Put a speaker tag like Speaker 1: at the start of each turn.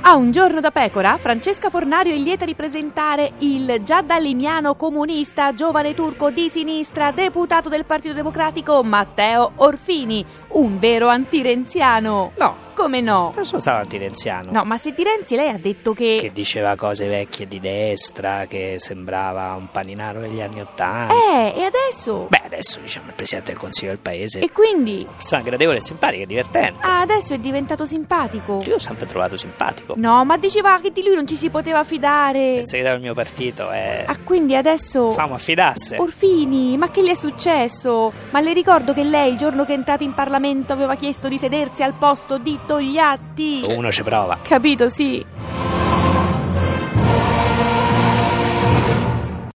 Speaker 1: A un giorno da pecora, Francesca Fornario è lieta di presentare il giaddalimiano comunista, giovane turco di sinistra, deputato del Partito Democratico Matteo Orfini, un vero antirenziano.
Speaker 2: No,
Speaker 1: Come no?
Speaker 2: non sono stato antirenziano.
Speaker 1: No, ma se di Renzi lei ha detto che...
Speaker 2: Che diceva cose vecchie di destra, che sembrava un paninaro degli anni Ottanta.
Speaker 1: Eh, e adesso?
Speaker 2: Beh, adesso diciamo il presidente del consiglio del paese.
Speaker 1: E quindi?
Speaker 2: Persona gradevole e simpatica, divertente.
Speaker 1: Ah, adesso è diventato simpatico.
Speaker 2: Io l'ho sempre trovato simpatico.
Speaker 1: No, ma diceva che di lui non ci si poteva fidare.
Speaker 2: Il segretario del mio partito è.
Speaker 1: Ah, quindi adesso...
Speaker 2: Famo affidasse.
Speaker 1: Orfini, ma che le è successo? Ma le ricordo che lei, il giorno che è entrata in
Speaker 2: Oh.
Speaker 1: Parlamento, aveva chiesto di sedersi al posto di Togliatti.
Speaker 2: Uno ci prova.
Speaker 1: Capito, sì.